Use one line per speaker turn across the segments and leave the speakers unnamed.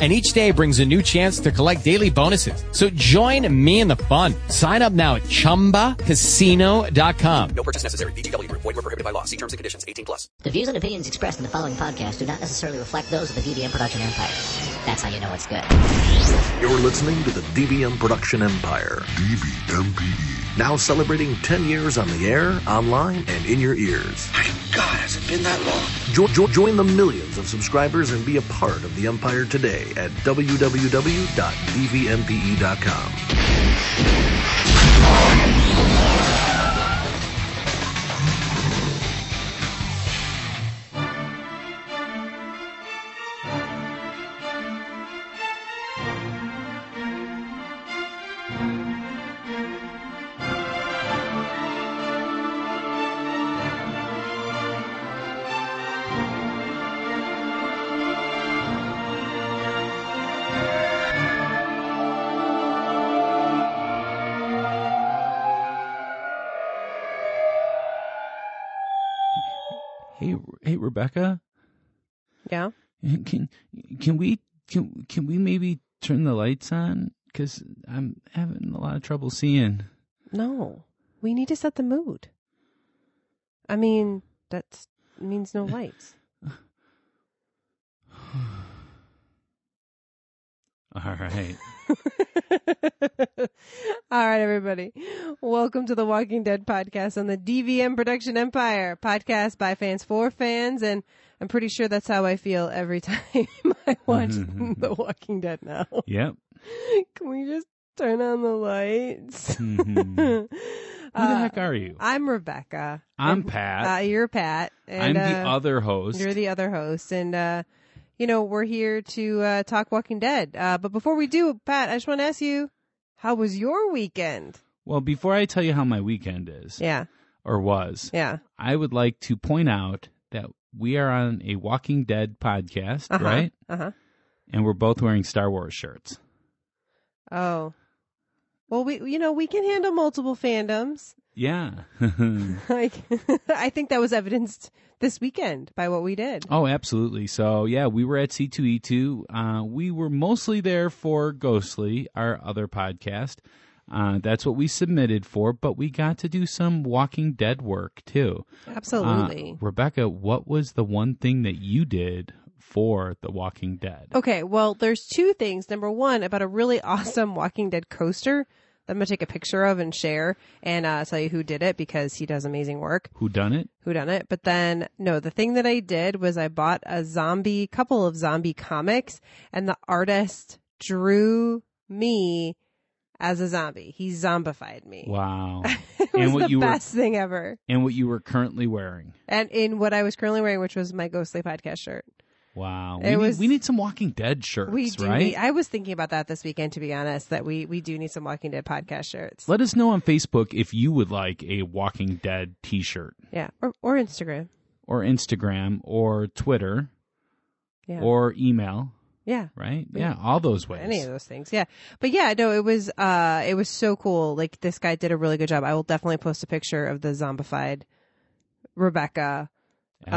And each day brings a new chance to collect daily bonuses. So join me in the fun. Sign up now at ChumbaCasino.com.
No purchase necessary. BGW. Void were prohibited by law. See terms and conditions. 18 plus.
The views and opinions expressed in the following podcast do not necessarily reflect those of the DVM production empire. That's how you know it's good.
You're listening to the DBM Production Empire. DBMPE. Now celebrating 10 years on the air, online, and in your ears.
My God, has it been that long?
Jo- jo- join the millions of subscribers and be a part of the empire today at E www.dvmpe.com.
Hey, Re- hey, Rebecca,
Yeah.
can can we can can we maybe turn the lights on? Because I'm having a lot of trouble seeing.
No. We need to set the mood. I mean, that means no lights.
All right,
All right, everybody. Welcome to the Walking Dead podcast on the DVM Production Empire podcast by fans for fans. And I'm pretty sure that's how I feel every time I watch
Mm-hmm.
The Walking Dead now.
yep.
Can we just turn on the lights?
Mhm.
Who
Who
Uh,
the heck are you?
I'm Rebecca.
I'm
And,
Pat.
Uh, you're Pat. And,
I'm the
uh,
other host.
You're the other host, and uh, you know we're here to uh, talk Walking Dead. Uh, but before we do, Pat, I just want to ask you, how was your weekend?
well, before I tell you how my weekend is
Yeah,
or was,
yeah,
I would like to point out that we are on a Walking Dead podcast,
Uh-huh.
right?
uh huh.
And we're both wearing Star Wars shirts.
Oh, well, we you know we can handle multiple fandoms.
Yeah.
Like I think that was evidenced this weekend by what we did.
Oh, absolutely. So, yeah, we were at C2E2. Uh, we were mostly there for Ghostly, our other podcast. Uh, that's what we submitted for, but we got to do some Walking Dead work too. Uh,
Absolutely.
Rebecca, what was the one thing that you did for The Walking Dead?
Okay, well, there's two things. Number one, about a really awesome Walking Dead coaster that I'm gonna take a picture of and share, and uh, tell you who did it because he does amazing work.
Who done it?
who done it but then no the thing that i did was i bought a zombie couple of zombie comics and the artist drew me as a zombie he zombified me
Wow.
it was
and what
the
you
best thing ever
were and what you were currently wearing.
and in what i was currently wearing which was my ghostly podcast shirt
Wow.
It
we,
was-
need, we need some Walking Dead shirts,
we do
right?
need, i was thinking about that this weekend to be honest that we we do need some walking dead podcast shirts
Let us know on Facebook if you would like a Walking Dead t shirt.
yeah or, or instagram
or Instagram or Twitter
yeah
or email,
yeah
right? Yeah, all those ways.
any uh, of those things yeah but yeah no it was uh it was so cool like this guy did a really good job i will definitely post a picture of the zombified rebecca uh, on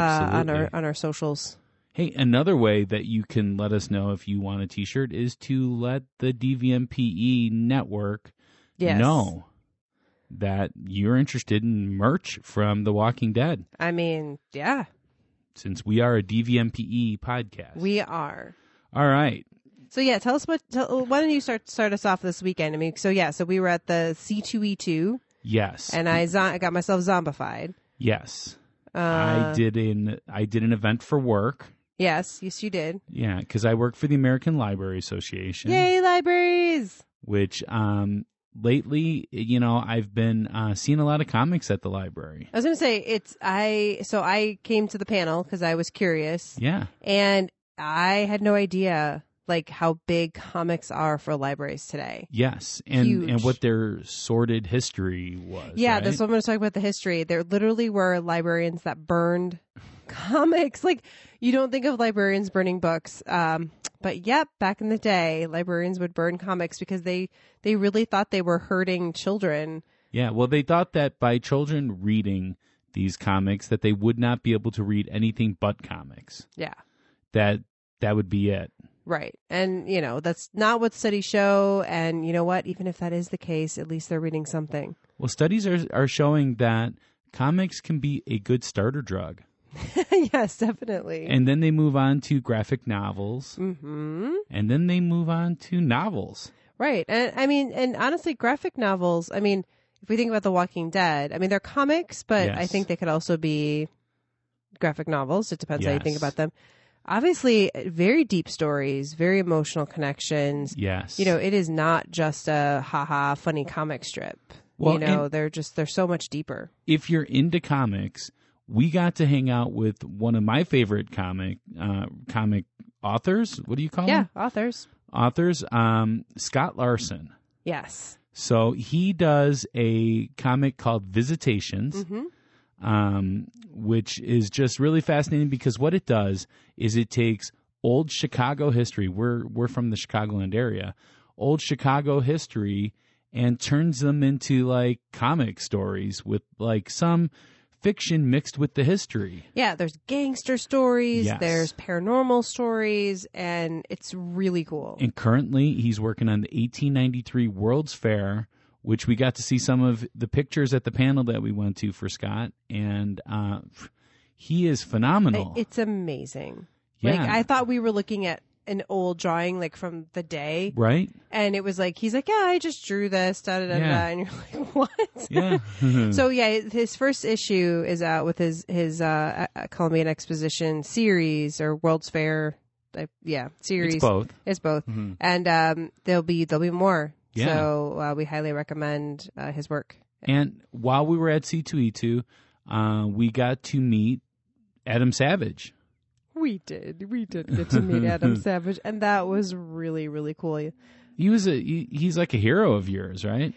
Absolutely.
our on our socials
hey, another way that you can let us know if you want a t-shirt is to let the DVMPE E network
yes
know that you're interested in merch from The Walking Dead
i mean yeah
since we are a DVMPE E podcast.
we are
All right.
so yeah tell us what tell, why don't you start start us off this weekend i mean so yeah so we were at the c2e2
Yes.
and i zo- i got myself zombified
yes.
uh,
I did an I did an event for work.
yes yes you did
Yeah, cuz I work for the American Library Association.
yay libraries
which um lately you know i've been uh seeing a lot of comics at the library
i was gonna say it's i so i came to the panel because i was curious
yeah
and I had no idea like how big comics are for libraries today.
yes and
Huge.
and what their sordid history was
Yeah,
right?
that's what I'm going to talk about the history. There literally were librarians that burned comics. Like you don't think of librarians burning books. Um, but yep, back in the day, librarians would burn comics because they they really thought they were hurting children.
Yeah, well, they thought that by children reading these comics, that they would not be able to read anything but comics.
Yeah.
That that would be it.
Right. And you know, that's not what studies show and you know what, even if that is the case, at least they're reading something.
Well, studies are are showing that comics can be a good starter drug,
yes, definitely.
and then they move on to graphic novels,
mhm.
and then they move on to novels.
Right. And I mean, and honestly, graphic novels, I mean, if we think about The Walking Dead, I mean, they're comics, but I
Yes.
think they could also be graphic novels. It depends how you think
Yes.
about them. Obviously, very deep stories, very emotional connections.
Yes,
You know, it is not just a haha funny comic strip.
Well,
you know,
and-
they're just, they're so much deeper.
if you're into comics, we got to hang out with one of my favorite comic uh, comic authors. What do you call
yeah,
them?
authors.
Authors, um, Scott Larson.
Yes.
So he does a comic called Visitations, um, which is just really fascinating because what it does is it takes old Chicago history. We're we're from the Chicagoland area, old Chicago history, and turns them into like comic stories with like some fiction mixed with the history.
Yeah, there's gangster stories,
Yes.
there's paranormal stories, and it's really cool.
And currently, he's working on the 1893 World's Fair, which we got to see some of the pictures at the panel that we went to for Scott, and uh, he is
I-
phenomenal.
It's amazing. Like
Yeah.
I thought we were looking at an old drawing like from the day,
right?
and it was like he's like, yeah, I just drew this, da da da da,
Yeah.
and you're like, what?
Yeah.
so yeah, his first issue is out with his his uh, uh, Columbian Exposition series or World's Fair, uh, yeah, series.
it's both. Mm-hmm.
It's both, and um, there'll be there'll be more.
Yeah.
So uh, we highly recommend uh, his work.
And while we were at C2E2, uh, we got to meet Adam Savage.
We did, we did get to meet Adam Savage, and that was really really cool.
He was a he, he's like a hero of yours, right?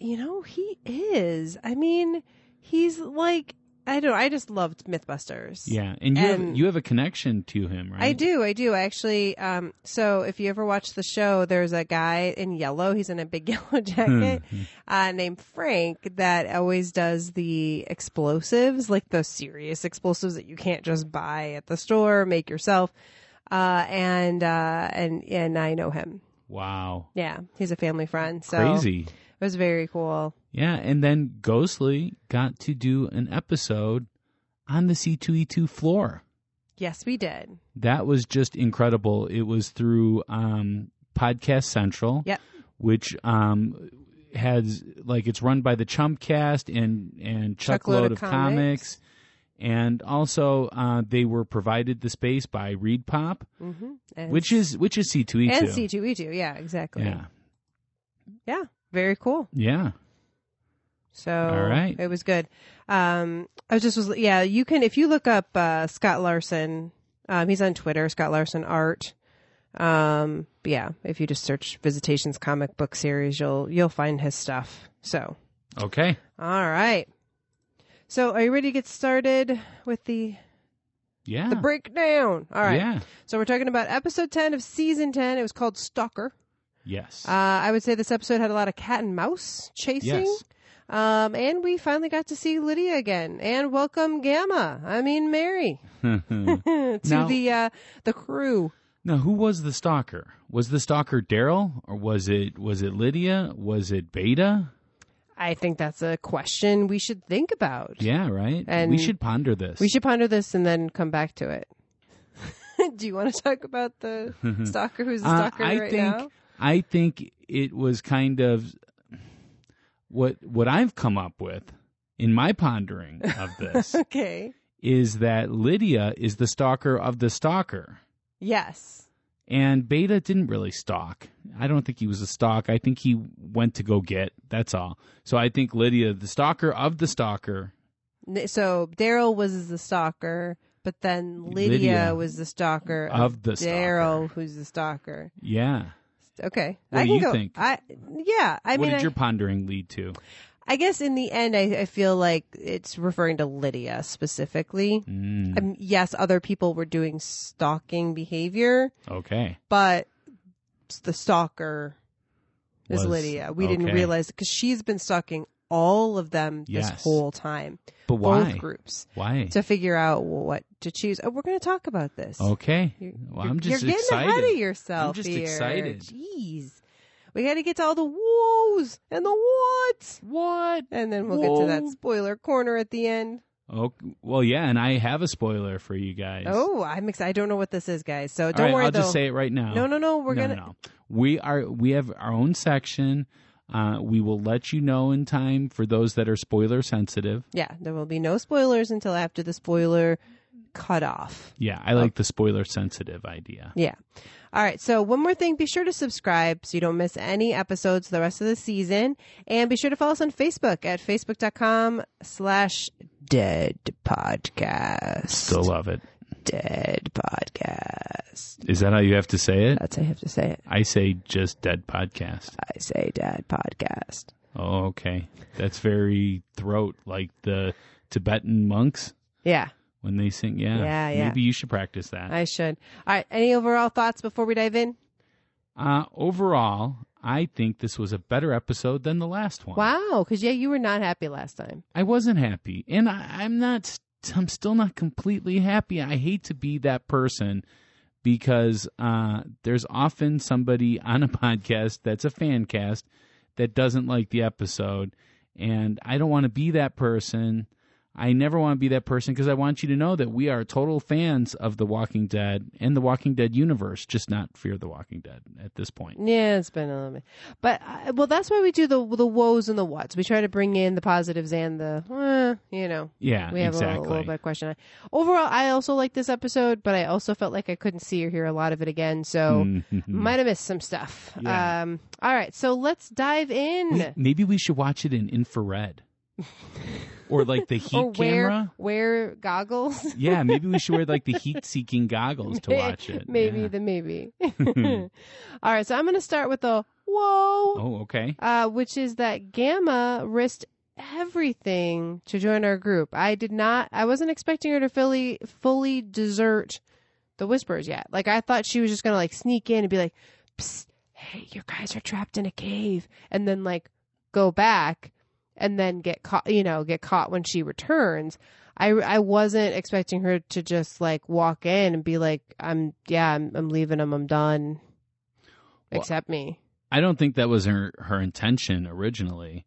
you know he is i mean he's like i don't i just loved mythbusters
Yeah, and you have
And-
you have a connection to him, right?
i do i do I actually um so if you ever watch the show there's a guy in yellow he's in a big yellow jacket
Hmm,
uh named frank that always does the explosives like the serious explosives that you can't just buy at the store make yourself uh and uh and and i know him
Wow,
yeah he's a family friend so
crazy.
it was very cool
Yeah, and then Ghostly got to do an episode on the C2E2 floor.
yes we did
That was just incredible. It was through um, Podcast Central,
Yep.
which um, has like it's run by the Chumpcast and and
Chuckload
Chuckload
of
of,
Comics.
comics. and also uh, they were provided the space by Reed Pop,
And-
which is which is C2E2.
and C two E two. Yeah, exactly.
yeah,
Yeah, very cool.
yeah.
So
All right.
it was good. Um, I was just was yeah. You can if you look up uh, Scott Larson. Um, he's on Twitter, Scott Larson Art. Um, but yeah, if you just search Visitations comic book series, you'll you'll find his stuff. So
Okay,
all right. So are you ready to get started with the
yeah,
the breakdown? All right.
yeah,
So we're talking about episode ten of season ten. It was called Stalker.
yes,
Uh, I would say this episode had a lot of cat and mouse chasing.
yes.
Um, and we finally got to see Lydia again, and welcome Gamma. I mean Mary to
Now-
the uh, the crew.
Now, who was the stalker? Was the stalker Daryl, or was it was it Lydia? Was it Beta?
I think that's a question we should think about.
Yeah, right.
And-
we should ponder this.
We should ponder this and then come back to it. Do you want to talk about the stalker who's the
Uh,
stalker
I
right
think
now?
I think it was kind of what what I've come up with in my pondering of this
Okay.
is that Lydia is the stalker of the stalker,
Yes.
and Beta didn't really stalk. I don't think he was a stalk. I think he went to go get. That's all. So I think Lydia, the stalker of the stalker,
N- So Daryl was the stalker, but then Lydia,
Lydia
was the stalker
of the stalker.
Daryl, who's the stalker.
yeah.
Okay.
What
I
do
can
you
go,
think?
I yeah. I
what
mean,
did
I,
your pondering lead to?
I guess in the end, I, I feel like it's referring to Lydia specifically.
Hmm. Mm,
Um, yes, other people were doing stalking behavior,
Okay.
but the stalker is
Was-
Lydia. We didn't
okay.
realize because she's been stalking all of them
Yes.
this whole time,
But why?
both groups,
Why?
to figure out what to choose. Oh, we're going to talk about this.
Okay.
You're,
Well,
you're-
I'm just
you're getting
excited.
ahead of yourself.
I'm just
here.
excited.
Jeez, we got to get to all the woes and the whats. What? And then we'll get to that
Whoa.
spoiler corner at the end.
Oh, well, yeah, and I have a spoiler for you guys.
Oh, I'm excited. I don't know what this is, guys. So
All
don't
right,
worry.
I'll
though.
just say it right now.
No, no, no. We're
No,
gonna.
no. We are. We have our own section. Uh, we will let you know in time for those that are spoiler sensitive.
Yeah, there will be no spoilers until after the spoiler cutoff.
Yeah, I like the spoiler sensitive idea.
Yeah. All right. So one more thing, be sure to subscribe so you don't miss any episodes the rest of the season. And be sure to follow us on Facebook at facebook.com slash dead podcast.
Still love it.
dead podcast.
Is that how you have to say it?
That's how you have to say it.
I say just dead podcast.
I say dead podcast.
Oh, okay. That's very throat like the Tibetan monks
Yeah,
when they sing. Yeah,
Yeah, yeah.
Maybe you should practice that.
I should. All right. Any overall thoughts before we dive in?
Uh, overall, I think this was a better episode than the last one.
Wow. Cause yeah, you were not happy last time.
I wasn't happy, and I, I'm not. st- I'm still not completely happy. I hate to be that person because uh, there's often somebody on a podcast that's a fan cast that doesn't like the episode, and I don't want to be that person. I never want to be that person because I want you to know that we are total fans of The Walking Dead and The Walking Dead universe, just not Fear the Walking Dead at this point.
Yeah, it's been a little bit, but uh, well, that's why we do the the woes and the whats. We try to bring in the positives and the, eh, you know,
Yeah,
we have
exactly.
a, little, little bit of question. Overall, I also like this episode, but I also felt like I couldn't see or hear a lot of it again, so
Hmm.
might have missed some stuff.
Mm-hmm. Yeah.
Um, all right, so let's dive in.
Wait, maybe we should watch it in infrared or like the heat
or wear
camera.
wear goggles.
Yeah, maybe we should wear like the heat seeking goggles to watch it.
maybe
Yeah.
the maybe. all right, so I'm going to start with the whoa.
Oh, okay.
uh, which is that Gamma risked everything to join our group. I did not. I wasn't expecting her to fully fully desert the Whispers yet. Like I thought she was just gonna like sneak in and be like, Psst, "Hey, you guys are trapped in a cave," and then like go back and then get caught. You know, get caught when she returns. I, I wasn't expecting her to just like walk in and be like I'm yeah I'm I'm leaving them I'm done.
Well,
Accept me.
I don't think that was her her intention originally.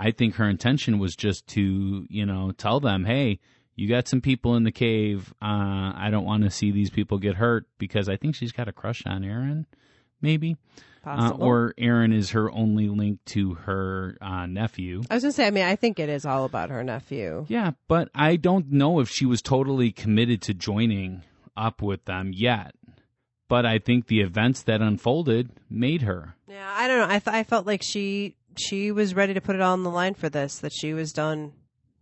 I think her intention was just to, you know, tell them, "Hey, you got some people in the cave. Uh, I don't want to see these people get hurt because I think she's got a crush on Aaron, maybe, uh,
Possible.
or Aaron is her only link to her uh, nephew."
I was gonna say, I mean, I think it is all about her nephew.
Yeah, but I don't know if she was totally committed to joining up with them yet. But I think the events that unfolded made her.
Yeah, I don't know. I th- I felt like she she was ready to put it all on the line for this. That she was done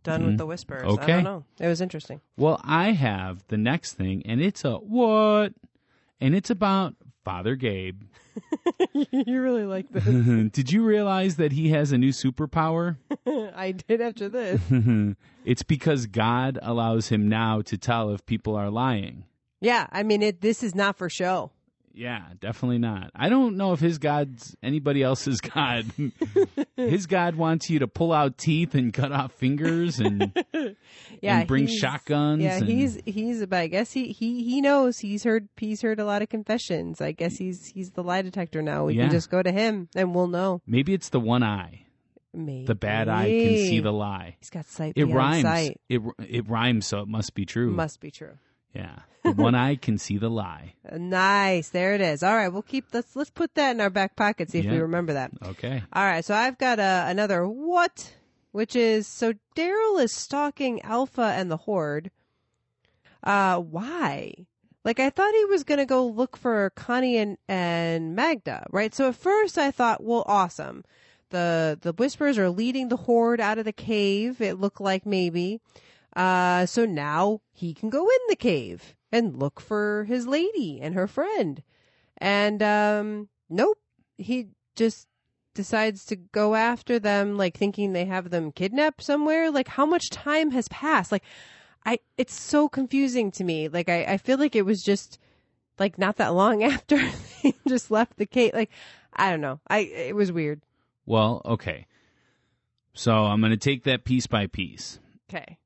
done with the whispers. I
Mm-hmm. Okay.
don't know. It was interesting.
Well, I have the next thing, and it's a what? And it's about Father Gabe.
you really like this.
Did you realize that he has a new superpower?
I did after this.
it's because God allows him now to tell if people are lying.
yeah, I mean, it. This is not for show.
Yeah, definitely not. I don't know if his God's anybody else's God. his God wants you to pull out teeth and cut off fingers and,
Yeah,
and bring
he's-
shotguns.
Yeah,
and,
he's he's about. I guess he he he knows. He's heard he's heard a lot of confessions. I guess he's he's the lie detector now. We
Yeah.
can just go to him and we'll know.
maybe it's the one eye.
Maybe
The bad eye can see the lie.
He's got sight.
It
beyond
rhymes.
Sight.
It it rhymes, so it must be true.
Must be true.
Yeah, the one eye can see the lie.
Nice. There it is. All right, we'll keep let's let's put that in our back pocket, see if we
Yeah.
remember that.
Okay.
All right, so I've got uh, another what, which is so Daryl is stalking Alpha and the Horde. Uh, why? Like I thought he was gonna go look for Connie and and Magda, right? So at first I thought, well, awesome. The the whispers are leading the horde out of the cave. It looked like maybe. Uh, so now he can go in the cave and look for his lady and her friend. And um, nope, he just decides to go after them, like thinking they have them kidnapped somewhere. Like, how much time has passed? Like, I, it's so confusing to me. Like, I, I feel like it was just like not that long after they just left the cave. Like, I don't know. I, it was weird.
Well, okay. So I'm going to take that piece by piece.
Okay.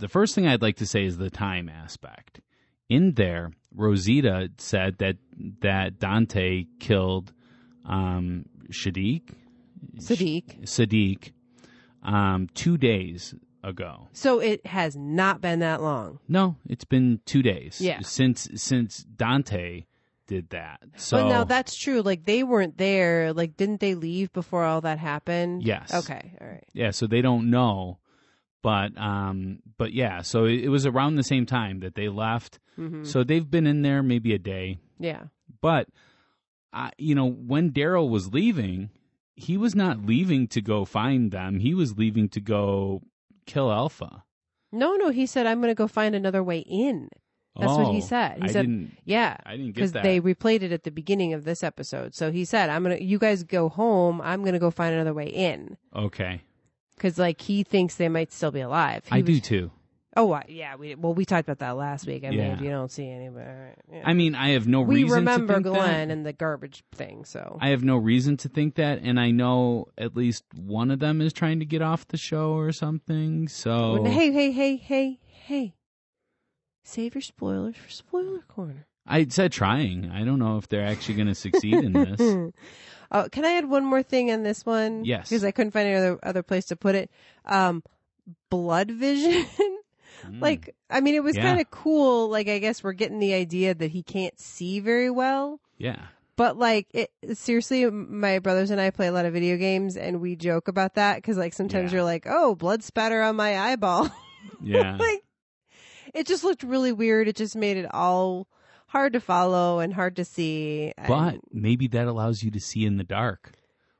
The first thing I'd like to say is the time aspect. In there, Rosita said that that Dante killed um, Shadiq,
Sadiq.
Sadiq, um, two days ago.
So it has not been that long.
No, it's been two days.
Yeah.
since since Dante did that. So
So now that's true. Like they weren't there. Like didn't they leave before all that happened?
Yes.
Okay. All right.
yeah so they don't know but um but yeah so it, it was around the same time that they left
Mm-hmm.
so they've been in there maybe a day
Yeah.
but I, you know when daryl was leaving he was not leaving to go find them he was leaving to go kill alpha
No, no. He said, "I'm going to go find another way in." That's what he
Oh,
said. He
I
said,
didn't-
"Yeah."
I didn't get
because
that.
they replayed it at the beginning of this episode. So he said, "I'm gonna. You guys go home. I'm gonna go find another way in."
okay
Because like he thinks they might still be alive. He
i do
was-
too
Oh I- yeah. We well we talked about that last week. I mean,
Yeah.
if you don't see anybody, all right, yeah.
i mean i have no
we
reason to
remember
think that.
Glenn and the garbage thing. So
I have no reason to think that, and I know at least one of them is trying to get off the show or something. So
Hey, hey, hey, hey, hey. Save your spoilers for spoiler corner.
I said trying. I don't know if they're actually going to succeed in this.
Oh, can I add one more thing on this one?
Yes.
Because I couldn't find any other, other place to put it. Um, blood vision. like, I mean, it was
Hmm. Yeah.
kind of cool. Like, I guess we're getting the idea that he can't see very well.
Yeah.
But like, it, seriously, m- my brothers and I play a lot of video games, and we joke about that because like sometimes
Yeah.
you're like, "Oh, blood spatter on my eyeball."
Yeah.
like it just looked really weird. It just made it all hard to follow and hard to see. And-
but maybe that allows you to see in the dark.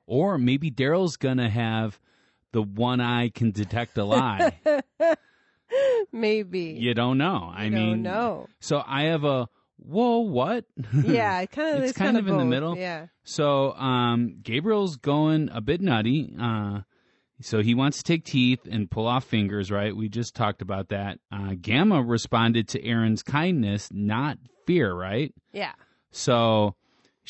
Or maybe Daryl's going to have the one eye can detect a lie.
maybe
you don't know. I
You don't
mean,
know.
So I have a whoa, what?
yeah, it kind of
It's kind of in the
both.
middle.
Yeah,
So um, Gabriel's going a bit nutty. Uh, so he wants to take teeth and pull off fingers, right? We just talked about that. Uh, Gamma responded to Aaron's kindness, not fear, right?
yeah.
So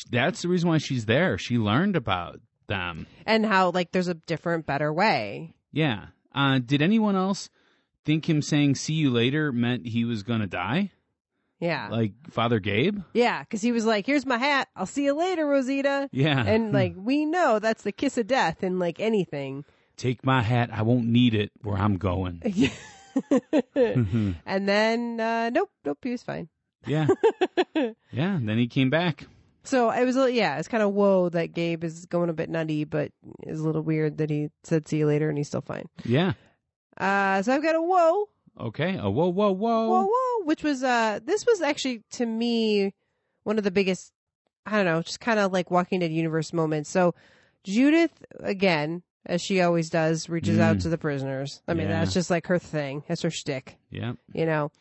that's the reason why she's there. She learned about them.
And how like there's a different, better way.
Yeah. Uh, did anyone else think him saying "see you later" meant he was going to die,
Yeah,
like Father Gabe?
yeah. Because he was like, "Here's my hat. I'll see you later, Rosita."
Yeah. Hmm.
And like we know that's the kiss of death in like anything.
take my hat. I won't need it where I'm going. Mm-hmm.
And then uh, nope, nope, he was fine.
Yeah. yeah. And then he came back.
So it was, a- yeah, it's kind of whoa that Gabe is going a bit nutty, but it's a little weird that he said see you later and he's still fine.
Yeah.
Uh, so I've got a whoa,
Okay. Oh, whoa, whoa, whoa.
whoa, whoa, which was, uh, this was actually to me one of the biggest, I don't know, just kind of like Walking Dead universe moments. So Judith, again, as she always does, reaches out to the prisoners. I mean,
Mm. Yeah.
that's just like her thing, that's her shtick.
Yeah.
you know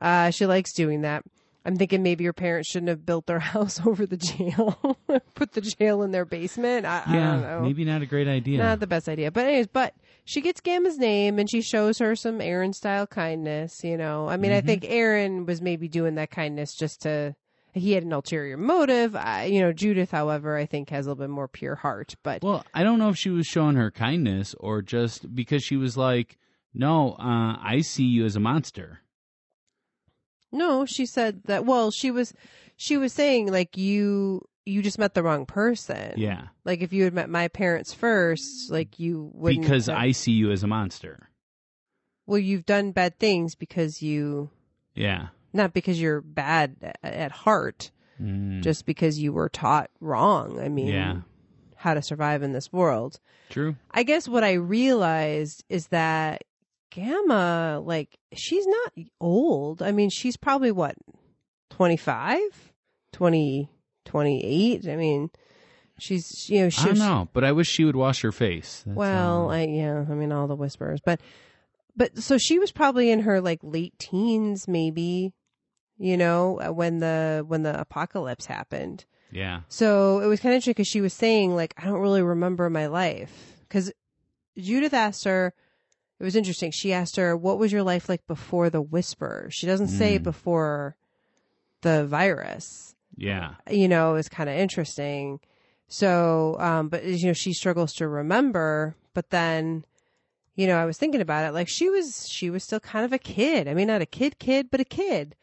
uh, she likes doing that i'm thinking maybe your parents shouldn't have built their house over the jail put the jail in their basement i, I don't
Yeah.
know
Maybe not a great idea.
not the best idea but anyways but she gets gamma's name and she shows her some aaron style kindness you know i mean
Mm-hmm.
i think aaron was maybe doing that kindness just to he had an ulterior motive I, you know judith however i think has a little bit more pure heart but
well, I don't know if she was showing her kindness or just because she was like, no, uh, I see you as a monster.
No, she said that. Well, she was, she was saying like you, you just met the wrong person.
Yeah.
Like if you had met my parents first, like you wouldn't.
because
have-
I see you as a monster.
Well, you've done bad things because you,
Yeah.
not because you're bad a- at heart,
Mm,
just because you were taught wrong. I mean,
Yeah.
how to survive in this world.
True.
I guess what I realized is that Gamma, like, she's not old. I mean, she's probably what, 25, 20, 28. I mean, she's, you know,
I
she,
don't know, but I wish she would wash her face. That's um,
well,
all.
I, yeah, I mean, all the whispers, but, but so she was probably in her like late uh, teens, maybe, you know, when the, when the apocalypse happened.
Yeah.
So it was kind of interesting because she was saying, like, I don't really remember my life. Because Judith asked her, it was interesting. She asked her, what was your life like before the whisper? She doesn't say before the virus.
Yeah.
You know, it's kind of interesting. So, um, but, you know, she struggles to remember. But then, you know, I was thinking about it. Like, she was, she was still kind of a kid. I mean, not a kid kid, but a kid.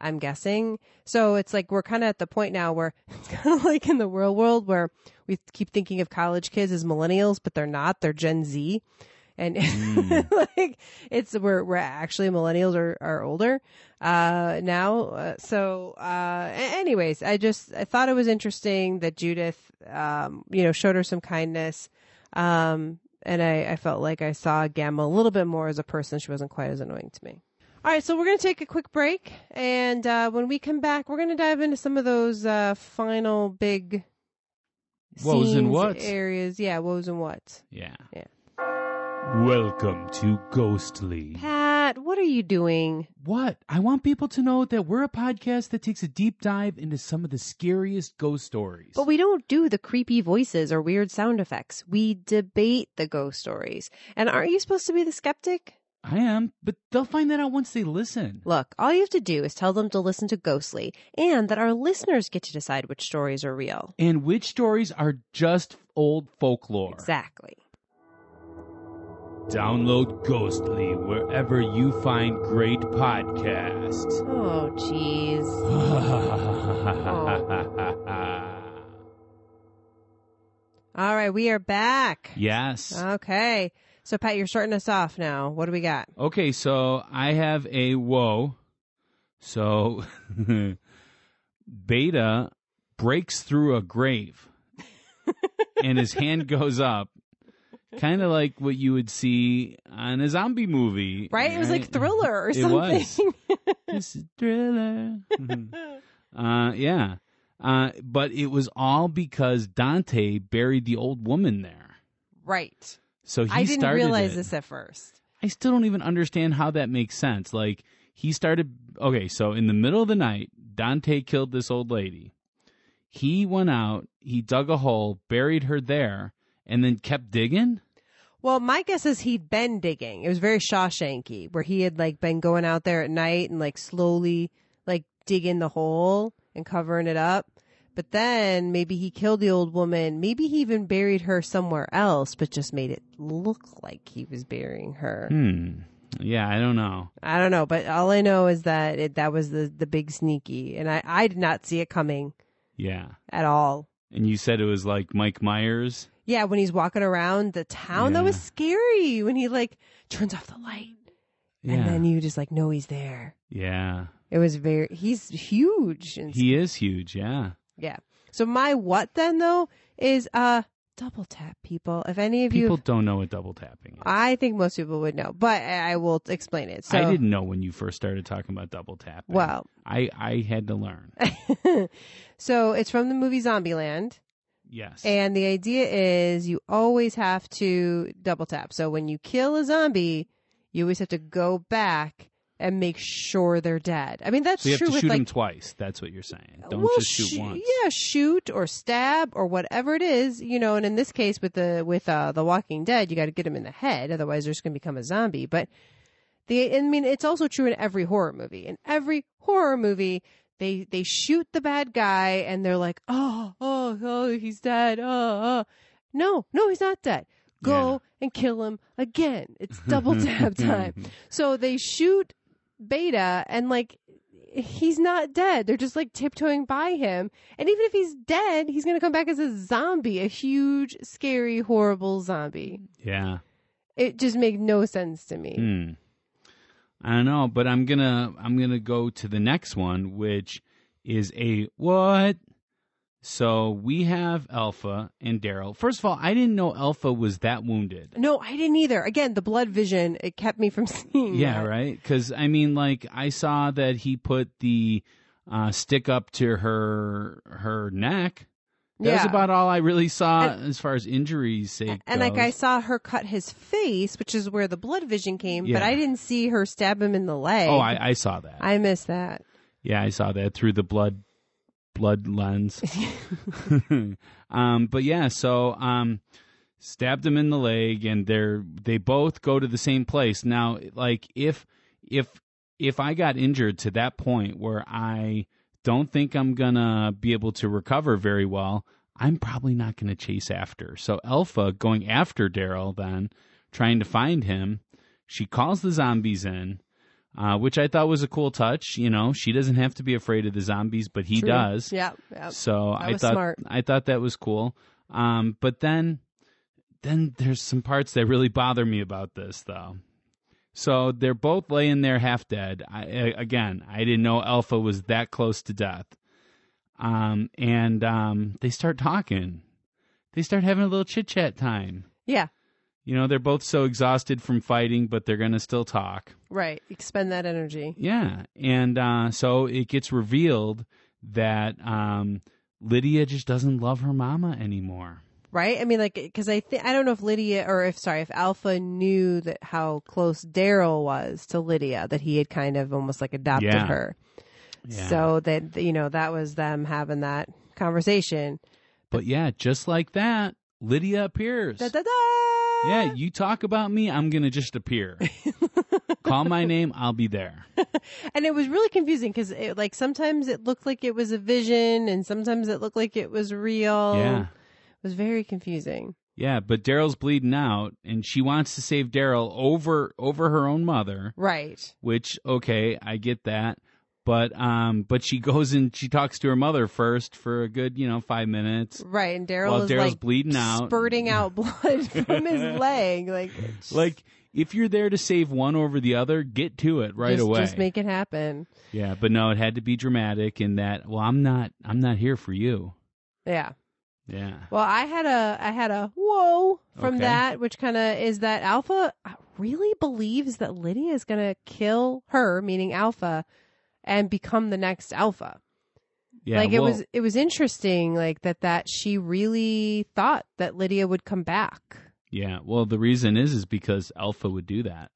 I'm guessing. So it's like we're kind of at the point now where it's kind of like in the real world where we keep thinking of college kids as millennials, but they're not. They're Gen Z, and
Mm.
like it's we're we're actually millennials or are older uh, now. Uh, so, uh, a- anyways, I just I thought it was interesting that Judith, um, you know, showed her some kindness. Um, and I, I felt like I saw Gamma a little bit more as a person. She wasn't quite as annoying to me. All right, so we're going to take a quick break. And uh, when we come back, we're going to dive into some of those uh, final big
Woes and
scenes,
whats.
areas. Yeah, woes and what.
Yeah.
Yeah.
Welcome to Ghostly.
Pat, what are you doing?
What? I want people to know that we're a podcast that takes a deep dive into some of the scariest ghost stories.
But we don't do the creepy voices or weird sound effects. We debate the ghost stories. And aren't you supposed to be the skeptic?
I am, but they'll find that out once they listen.
Look, all you have to do is tell them to listen to Ghostly and that our listeners get to decide which stories are real.
And which stories are just old folklore?
Exactly.
Download Ghostly wherever you find great podcasts.
Oh, jeez. All right, we are back.
yes.
Okay. So, Pat, you're starting us off now. What do we got?
Okay, so I have a whoa. So Beta breaks through a grave and his hand goes up. Kind of like what you would see on a zombie movie.
Right? It was like Thriller or
It
something.
was. This is thriller. uh, yeah. Uh, but it was all because Dante buried the old woman there.
right.
So he
I didn't
started
realize
it.
this at first.
I still don't even understand how that makes sense. Like he started okay, so in the middle of the night, Dante killed this old lady. He went out, he dug a hole, buried her there, and then kept digging?
Well, my guess is he'd been digging. It was very Shawshanky, where he had like been going out there at night and like slowly like digging the hole and covering it up. But then maybe he killed the old woman. Maybe he even buried her somewhere else, but just made it look like he was burying her.
Hmm. Yeah, I don't know.
I don't know, but all I know is that it, that was the the big sneaky, and I I did not see it coming
Yeah.
at all.
And you said it was like Mike Myers.
Yeah, when he's walking around the town, that was
Yeah.
scary. When he like turns off the light,
Yeah.
and then you just like know he's there.
yeah.
It was very he's huge and
He is huge, yeah.
yeah. So my what then though is uh double tap people. If any of
People
you,
don't know what double tapping is.
I think most people would know, but I I will explain it. So
I didn't know when you first started talking about double tapping.
Well,
I, I had to learn.
so it's from the movie Zombieland.
Yes.
And the idea is you always have to double tap. So when you kill a zombie, you always have to go back and make sure they're dead. I mean, that's
So you have
true
to
with
shoot
like
him twice. That's what you're saying. Don't
well,
just shoot
shoo-
once.
Yeah, shoot or stab or whatever it is, you know. And in this case, with the with uh, the Walking Dead, you got to get him in the head, otherwise they're just going to become a zombie. But the I mean, it's also true in every horror movie. In every horror movie, they they shoot the bad guy, and they're like, oh, oh, oh, he's dead. Oh, oh. no, no, he's not dead. Go and kill him again. It's double tap time. So they shoot Beta, and like he's not dead. They're just like tiptoeing by him. And even if he's dead, he's going to come back as a zombie, a huge, scary, horrible zombie.
Yeah.
It just made no sense to me.
Hmm. I don't know, but I'm gonna I'm gonna go to the next one, which is a what? So we have Alpha and Daryl. First of all, I didn't know Alpha was that wounded.
No, I didn't either. Again, the blood vision, it kept me from seeing.
Yeah,
that.
right. Because I mean, like I saw that he put the uh, stick up to her her neck. That's
yeah.
about all I really saw as far as injuries sake.
and like
goes.
I saw her cut his face, which is where the blood vision came, but
Yeah.
I didn't see her stab him in the leg.
oh, I, I saw that.
I missed that.
Yeah, I saw that through the blood blood lens. um, but yeah, so um, stabbed him in the leg, and they're they both go to the same place. Now, like if if if I got injured to that point where I don't think I'm gonna be able to recover very well, I'm probably not gonna chase after. So Alpha going after Daryl, then trying to find him. She calls the zombies in uh, which I thought was a cool touch. You know, she doesn't have to be afraid of the zombies, but he
True.
does.
Yeah. yeah.
So
Oh, That
I
was
thought
smart.
I thought that was cool. Um, but then, then there's some parts that really bother me about this, though. So they're both laying there half dead. I, I- again, I didn't know Alpha was that close to death. Um, and um, they start talking. They start having a little chit chat time.
Yeah.
You know, they're both so exhausted from fighting, but they're gonna still talk.
Right. Expend that energy.
Yeah, and uh, so it gets revealed that um, Lydia just doesn't love her mama anymore.
Right? I mean, like, because I think I don't know if Lydia or if sorry if Alpha knew that how close Daryl was to Lydia that he had kind of almost like adopted
Yeah.
her.
Yeah.
So that you know that was them having that conversation.
But yeah, just like that, Lydia appears.
Da, da, da!
Yeah, you talk about me, I'm gonna just appear. Call my name, I'll be there.
And it was really confusing because it, like sometimes it looked like it was a vision and sometimes it looked like it was real.
Yeah.
It was very confusing.
Yeah, but Daryl's bleeding out, and she wants to save Daryl over over her own mother.
Right.
which okay, I get that. But um but she goes and she talks to her mother first for a good, you know, 5 minutes.
Right. And Daryl
While
is
Daryl's
like
bleeding out.
spurting out blood from his leg. Like, it's
Like if you're there to save one over the other, get to it right
just,
away.
Just make it happen.
yeah, but no, it had to be dramatic in that well, I'm not I'm not here for you.
Yeah.
Yeah.
Well, I had a I had a whoa from
Okay.
that, which kind of is that Alpha uh, really believes that Lydia is going to kill her, meaning Alpha, and become the next Alpha.
Yeah.
like it
well,
was it was interesting, like that that she really thought that Lydia would come back.
Yeah. Well, the reason is is because Alpha would do that.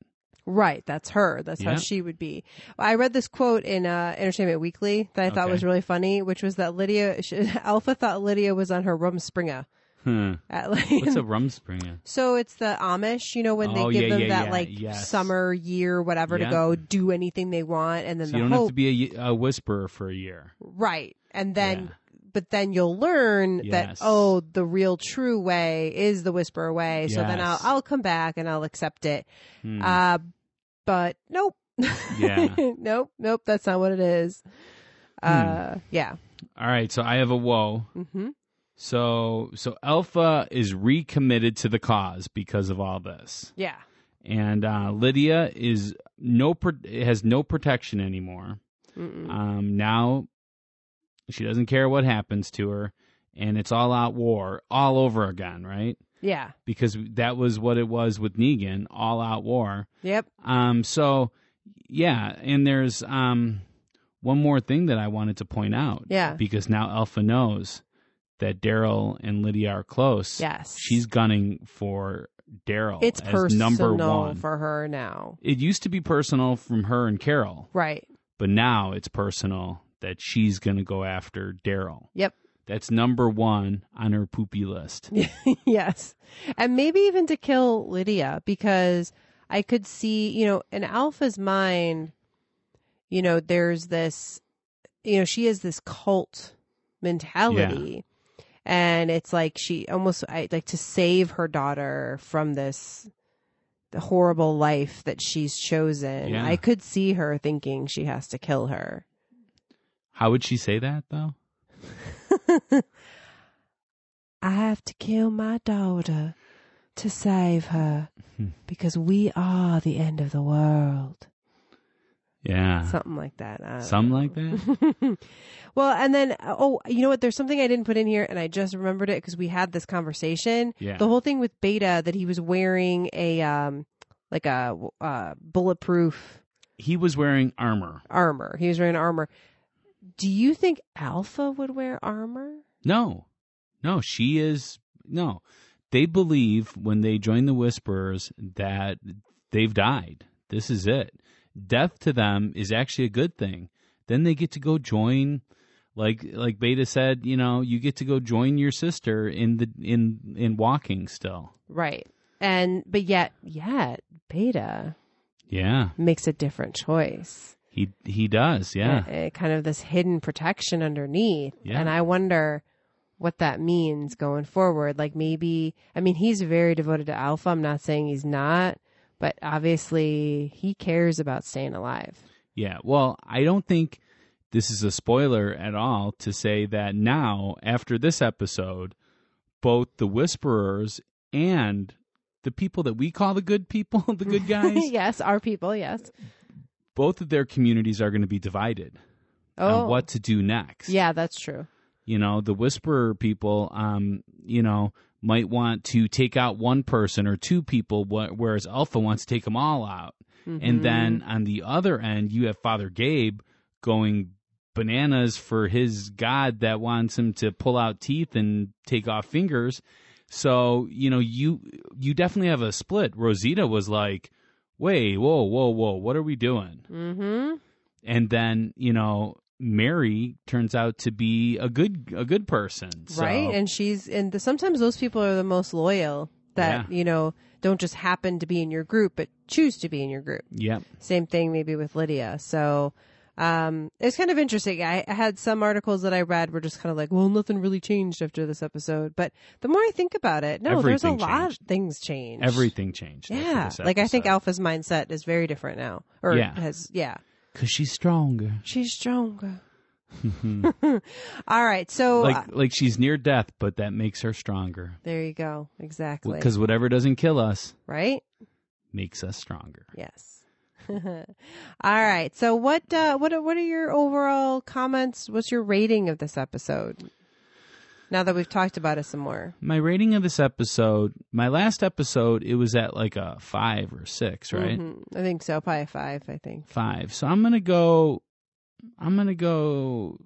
Right, that's her. That's
Yeah.
how she would be. I read this quote in uh, Entertainment Weekly that I thought
Okay.
was really funny, which was that Lydia Alpha thought Lydia was on her Rumspringa.
Huh.
At, like,
Hmm. What's a rumspringer?
So it's the Amish, you know, when
Oh,
they give
yeah,
them
yeah,
that
yeah,
like
yes.
summer year, whatever
Yeah.
to go do anything they want, and then
So
the
you don't
hope,
have to be a, a whisperer for a year.
right? And then,
Yeah.
but then you'll learn
Yes.
that oh, the real true way is the whisper way. So then I'll
Yes.
I'll come back and I'll accept it.
Hmm.
Uh, but nope,
Yeah.
nope, nope. That's not what it is.
Hmm.
Uh, yeah.
All right, so I have a woe.
Mm-hmm.
So so Alpha is recommitted to the cause because of all this,
Yeah.
and uh, Lydia is no pro- has no protection anymore.
Mm-mm.
Um, now she doesn't care what happens to her, and it's all out war all over again, right?
Yeah.
Because that was what it was with Negan, all out war.
Yep.
Um, so yeah, and there's um one more thing that I wanted to point out.
Yeah.
Because now Alpha knows that Daryl and Lydia are close.
Yes.
She's gunning for Daryl.
It's
as
personal
number one.
for her now.
it used to be personal from her and Carol,
Right.
but now it's personal that she's gonna go after Daryl.
Yep.
That's number one on her poopy list.
yes. And maybe even to kill Lydia because I could see, you know, in Alpha's mind, you know, there's this, you know, she has this cult mentality. And it's like she almost I, like to save her daughter from this horrible life that she's chosen.
Yeah.
I could see her thinking she has to kill her.
How would she say that though?
I have to kill my daughter to save her because we are the end of the world.
Yeah.
Something like that. I don't
Something like that?
know. well, and then, oh, you know what? There's something I didn't put in here and I just remembered it because we had this conversation.
Yeah.
The whole thing with Beta that he was wearing a, um, like a uh, bulletproof
he was wearing armor.
armor. He was wearing armor. Do you think Alpha would wear armor?
No, no, she is no. They believe when they join the Whisperers that they've died. This is it. Death to them is actually a good thing. Then they get to go join like like Beta said, you know, you get to go join your sister in the in in walking still.
Right. And but yet yet Beta
Yeah,
makes a different choice.
he he does. Yeah,
Uh, uh, kind of this hidden protection underneath.
Yeah.
And I wonder what that means going forward. Like maybe I mean he's very devoted to Alpha. I'm not saying he's not, but obviously he cares about staying alive.
yeah. Well, I don't think this is a spoiler at all to say that now after this episode, both the whisperers and the people that we call the good people, the good guys,
yes, our people, yes.
both of their communities are going to be divided
Oh.
on what to do next.
Yeah, that's true.
you know the whisperer people um you know might want to take out one person or two people wh- whereas alpha wants to take them all out and then on the other end you have father gabe going bananas for his god that wants him to pull out teeth and take off fingers so you know you you definitely have a split rosita was like wait whoa whoa whoa what are we doing
Mhm.
and then you know Mary turns out to be a good a good person, so,
Right? And she's and the, sometimes those people are the most loyal that,
Yeah.
you know, don't just happen to be in your group but choose to be in your group.
yeah,
Same thing maybe with Lydia. So um, it's kind of interesting. I, I had some articles that I read were just kind of like, well, nothing really changed after this episode. But the more I think about it, no, there's a
Everything
lot of
changed.
things changed.
everything changed.
Yeah. Like I think Alpha's mindset is very different now. Or
Yeah.
has, yeah.
because she's stronger.
She's stronger. All right. So uh,
Mm-hmm. Like like she's near death, but that makes her stronger
there you go. Exactly.
because whatever doesn't kill us
right?
makes us stronger.
Yes. All right. So what uh what are- what are your overall comments? What's your rating of this episode? Now that we've talked about it some more.
My rating of this episode, my last episode, it was at like a five or six, right?
Mhm. I think so, probably a 5, I think.
Five. So I'm gonna go. I'm gonna go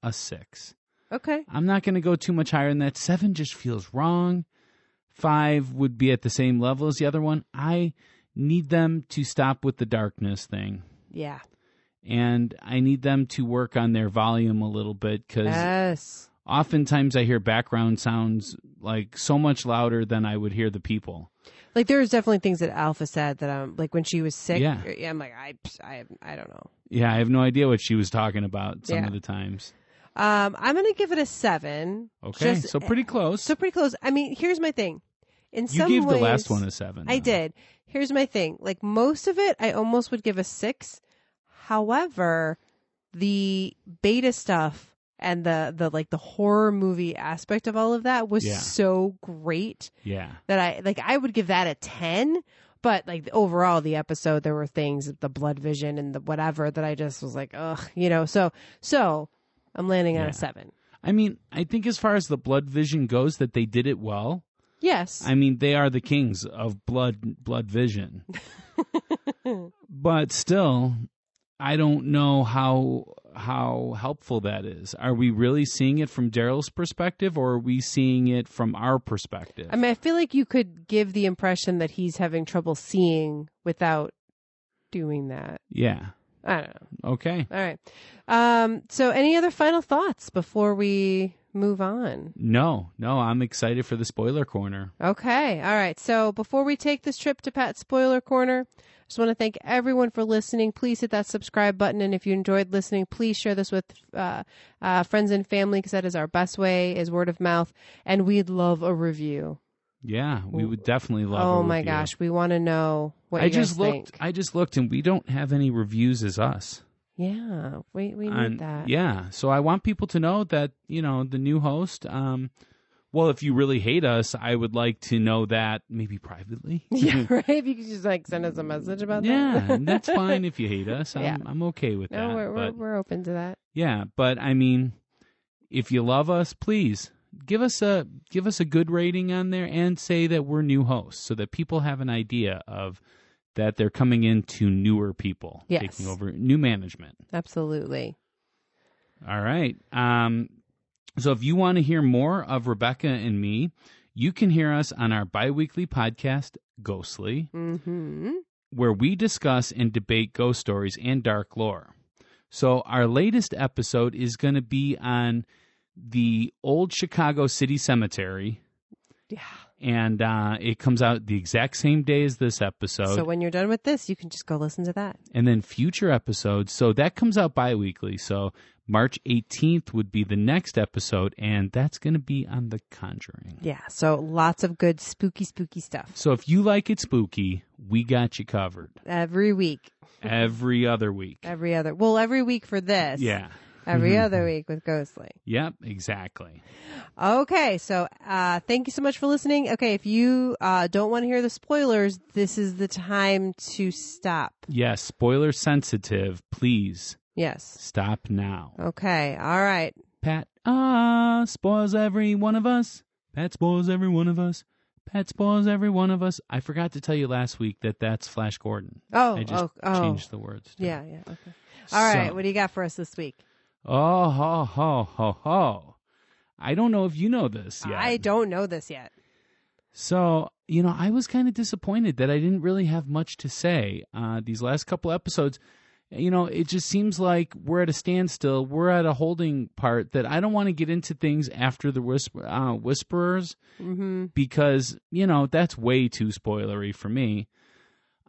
a six.
Okay.
I'm not going to go too much higher than that. Seven just feels wrong. Five would be at the same level as the other one. I need them to stop with the darkness thing,
Yeah.
and I need them to work on their volume a little bit because
Uh. Yes.
oftentimes I hear background sounds like so much louder than I would hear the people.
Like there's definitely things that Alpha said that um like when she was sick,
Yeah.
I'm like I I I don't know.
Yeah, I have no idea what she was talking about some
Yeah.
of the times.
Um I'm going to give it a 7.
Okay,
Just-
so pretty close.
so pretty close. I mean, here's my thing. In
you
some
gave
ways,
the last one a seven.
I
though.
did. Here's my thing. Like most of it, I almost would give a six. However, the beta stuff and the the like the horror movie aspect of all of that was
Yeah.
so great
Yeah,
that I like I would give that a ten. But like the- overall, the episode there were things the blood vision and the whatever that I just was like, ugh, you know. So so I'm landing on
Yeah.
a seven.
I mean, I think as far as the blood vision goes, that they did it well.
Yes.
I mean, they are the kings of blood blood vision. but still, I don't know how how helpful that is. Are we really seeing it from Daryl's perspective or are we seeing it from our perspective?
I mean, I feel like you could give the impression that he's having trouble seeing without doing that.
yeah.
I don't know.
Okay.
All right. Um, so, any other final thoughts before we move on?
No, no, I'm excited for the spoiler corner.
Okay. All right. So before we take this trip to Pat's Spoiler Corner, I just want to thank everyone for listening. Please hit that subscribe button. And if you enjoyed listening, please share this with uh, uh, friends and family because that is our best way is word of mouth. And we'd love a review.
Yeah, we would definitely love.
oh
a
my
review.
gosh. We want to know what
I
you
just
guys
looked.
think.
I just looked, and we don't have any reviews as us.
Yeah, we we need
on-
that.
Yeah. So I want people to know that, you know, the new host, um, well, if you really hate us, I would like to know that maybe privately.
yeah, right. If you could just like send us a message about
Mm-hmm. yeah,
that.
and that's fine if you hate us. I'm,
Yeah.
I'm okay with
no,
that.
we're, we're
but
we're open to that.
yeah, but I mean, if you love us, please give us a give us a good rating on there and say that we're new hosts so that people have an idea of that they're coming into newer people
Yes.
taking over new management.
Absolutely.
All right. Um, so if you want to hear more of Rebecca and me, you can hear us on our bi weekly podcast, Ghostly,
Mm-hmm.
where we discuss and debate ghost stories and dark lore. So our latest episode is going to be on the old Chicago City Cemetery.
Yeah.
And uh, it comes out the exact same day as this episode
So when you're done with this, you can just go listen to that.
and then future episodes. So that comes out bi weekly. So March 18th would be the next episode, and that's going to be on The Conjuring.
Yeah. So lots of good spooky, spooky stuff
So if you like it spooky, we got you covered
every week,
every other week.
every other. Well, every week for this.
Yeah. Mm-hmm.
Every other week with Ghostly.
Yep, exactly.
Okay, so uh, thank you so much for listening. Okay, if you uh, don't want to hear the spoilers, this is the time to stop.
Yes, spoiler sensitive. Please
Yes.
stop now.
Okay. All right.
Pat ah spoils every one of us. Pat spoils every one of us. Pat spoils every one of us. I forgot to tell you last week that that's Flash Gordon.
Oh,
I just
oh, oh.
changed the words. to-
Yeah. Yeah. Okay. All right.
So-
What do you got for us this week?
Oh ho ho ho ho! I don't know if you know this yet.
I don't know this yet.
So, you know, I was kind of disappointed that I didn't really have much to say uh, these last couple episodes. You know, it just seems like we're at a standstill. We're at a holding part that I don't want to get into things after the whisper, uh, whisperers because you know that's way too spoilery for me.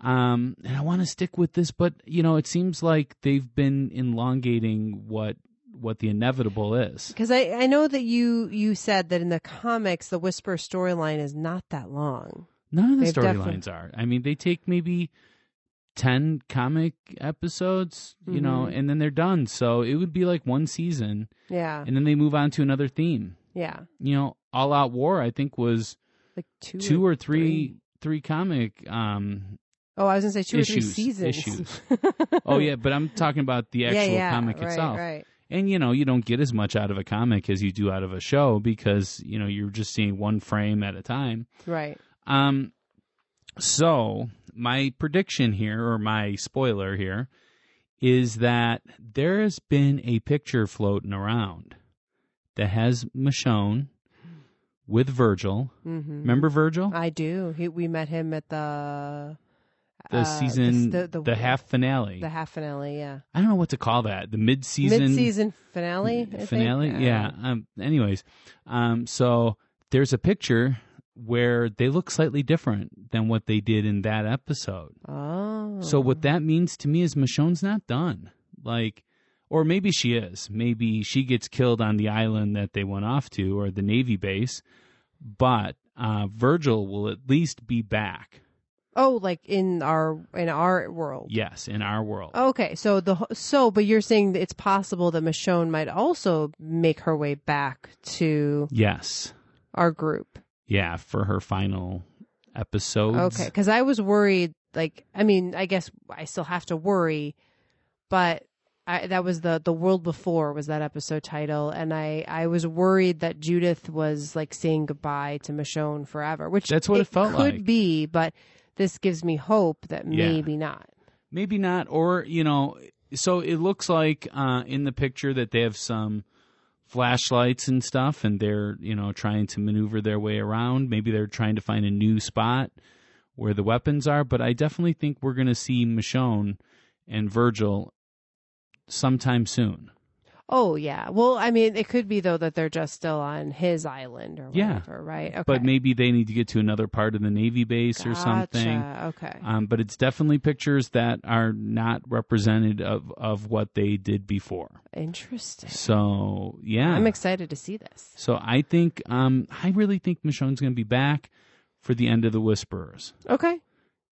Um, and I want to stick with this, but you know, it seems like they've been elongating what what the inevitable is.
Because I, I know that you you said that in the comics the Whisper storyline is not that long.
None of the
They've definitely-
storylines are. I mean, they take maybe 10 comic episodes, you know,
Mm-hmm.
and then they're done. So it would be like one season
Yeah.
and then they move on to another theme.
Yeah.
You know, All Out War I think was
Like two,
two or three three comic um
Oh, I was gonna say two or three
issues-
seasons.
issues. oh yeah, but I'm talking about the actual
yeah, yeah,
comic
right,
itself.
Right.
And you know, you don't get as much out of a comic as you do out of a show because, you know, you're just seeing one frame at a time.
Right.
Um, so my prediction here, or my spoiler here, is that there has been a picture floating around that has Michonne with Virgil.
Mm-hmm.
Remember Virgil?
I do. He, we met him at the
the
uh,
season, the,
the, the,
half finale.
the half finale. Yeah,
I don't know what to call that. The mid-season,
mid season finale. I think.
finale.
Uh,
Yeah. Um, anyways, um, so there's a picture where they look slightly different than what they did in that episode.
Oh.
So what that means to me is Michonne's not done. Like, or maybe she is. Maybe she gets killed on the island that they went off to, or the Navy base. But uh, Virgil will at least be back.
Oh, like in our in our world.
Yes, in our world.
Okay, so the wh- so, but you're saying that it's possible that Michonne might also make her way back to
Yes.
our group.
Yeah, for her final episode.
Okay, because I was worried. Like, I mean, I guess I still have to worry, but I, that was the the world before was that episode title, and I I was worried that Judith was like saying goodbye to Michonne forever, which
That's what it felt
could
like.
be, but this gives me hope that
Yeah.
maybe not.
Maybe not. Or, you know, so it looks like uh, in the picture that they have some flashlights and stuff and they're, you know, trying to maneuver their way around. Maybe they're trying to find a new spot where the weapons are. But I definitely think we're going to see Michonne and Virgil sometime soon.
Oh yeah, well, I mean, it could be though that they're just still on his island or
Yeah.
whatever, right? Okay.
But maybe they need to get to another part of the Navy base or something.
Gotcha. Okay.
Um, but it's definitely pictures that are not representative of, of what they did before.
Interesting.
So, yeah.
I'm excited to see this.
So I think um, I really think Michonne's going to be back for the end of the Whisperers,
Okay.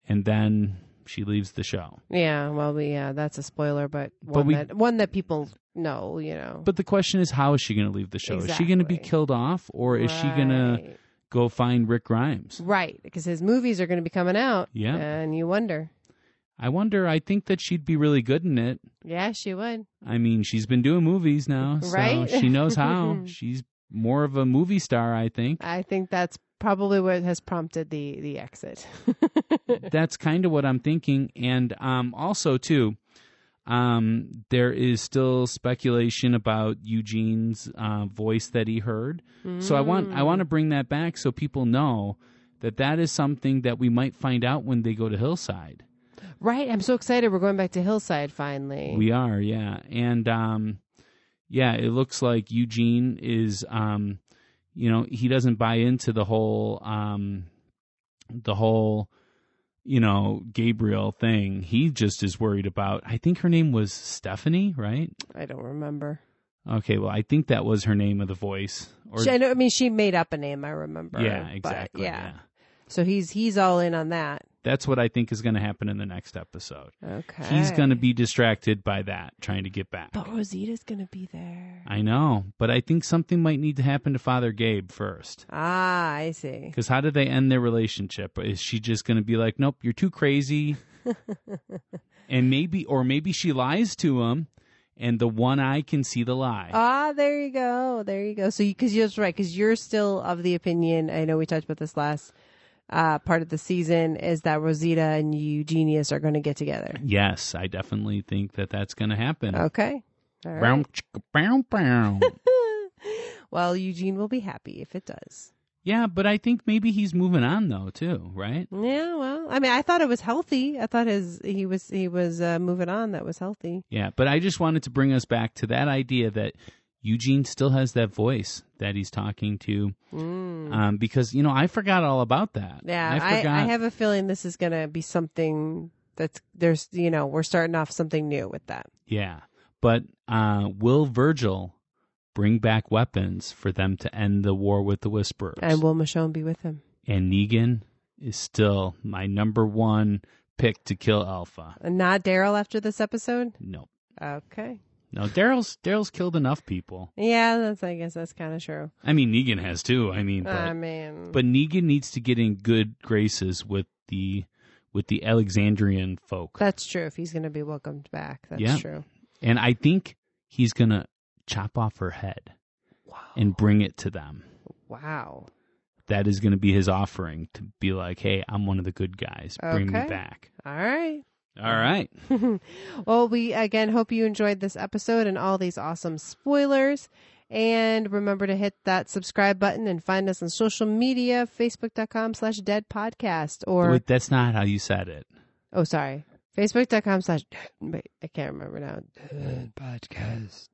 and then she leaves the show.
Yeah, well, we, yeah, that's a spoiler, but one
we-
that one that people know, you know.
But the question is, how is she going to leave the show? Is she going to be
Exactly.
killed off, or is she going to
Right.
go find Rick Grimes?
right because his movies are going to be coming out.
Yeah.
and you wonder.
I wonder. I think that she'd be really good in it.
Yeah, she would.
I mean, she's been doing movies now, so
Right?
she knows how. she's more of a movie star, I think.
I think that's probably what has prompted the the exit.
that's kind of what I'm thinking. And um, also, too, um, there is still speculation about Eugene's uh, voice that he heard. So I want I want to bring that back so people know that that is something that we might find out when they go to Hillside.
Right. I'm so excited. We're going back to Hillside finally.
We are, yeah. And um yeah, it looks like Eugene is um you know, he doesn't buy into the whole um the whole you know, Gabriel thing. He just is worried about I think her name was Stephanie, right?
I don't remember.
Okay, well, I think that was her name of the voice or
She- I, know, I mean, she made up a name. I remember.
Yeah,
but
exactly.
yeah.
yeah.
So he's he's all in on that.
That's what I think is going to happen in the next episode.
Okay.
He's going to be distracted by that trying to get back.
But Rosita's gonna be there.
I know, but I think something might need to happen to Father Gabe first.
Ah, I see.
Because how do they end their relationship? Is she just going to be like, nope, you're too crazy? and maybe, or maybe she lies to him and the one eye can see the lie.
Ah, there you go. There you go. So, because you, that's right, because you're still of the opinion. I know we talked about this last uh, part of the season is that Rosita and Eugenius are going to get together.
yes, I definitely think that that's going to happen.
Okay. All right.
Brown, chicka, brown, brown.
Well, Eugene will be happy if it does.
yeah, but I think maybe he's moving on though, too, right?
Yeah. Well, I mean, I thought it was healthy. I thought his he was he was uh, moving on. That was healthy.
Yeah, but I just wanted to bring us back to that idea that Eugene still has that voice that he's talking to, um, because you know I forgot all about that.
Mm. Yeah.
I
I,
forgot.
I, have a feeling this is going to be something that's there's you know we're starting off something new with that.
Yeah, but uh, will Virgil bring back weapons for them to end the war with the Whisperers?
And will Michonne be with him?
And Negan is still my number one pick to kill Alpha.
Not Daryl after this episode.
No,
Okay.
no, Daryl's Daryl's killed enough people.
Yeah, that's. I guess that's kind of true.
I mean, Negan has too. I mean, but,
I mean,
but Negan needs to get in good graces with the with the Alexandrian folk.
that's true. If he's going to be welcomed back, that's
Yeah.
true.
and I think he's going to chop off her head and bring it to them.
Wow.
That is going to be his offering to be like, "Hey, I'm one of the good guys. Bring me
Okay.
back."
All right.
All right.
Well, we again hope you enjoyed this episode and all these awesome spoilers. And remember to hit that subscribe button and find us on social media, facebook.com slash dead podcast or,
Wait, that's not how you said it.
oh, sorry, facebook.com slash, wait, I can't remember now. Dead podcast.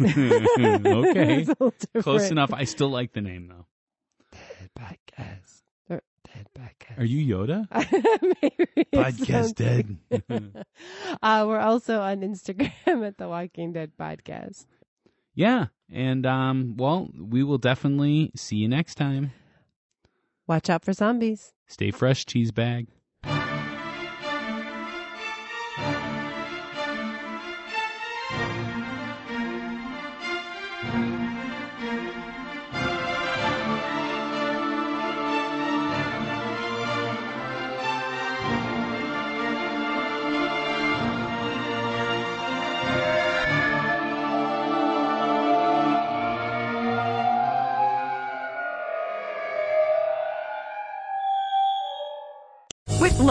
okay.
It's a little
Close
different.
enough. I still like the name though.
Podcast. Dead podcast.
Are you Yoda?
Maybe it sounds-
dead.
Uh, we're also on Instagram at The Walking Dead Podcast.
yeah. And um well, we will definitely see you next time.
Watch out for zombies.
Stay fresh, cheese bag.
With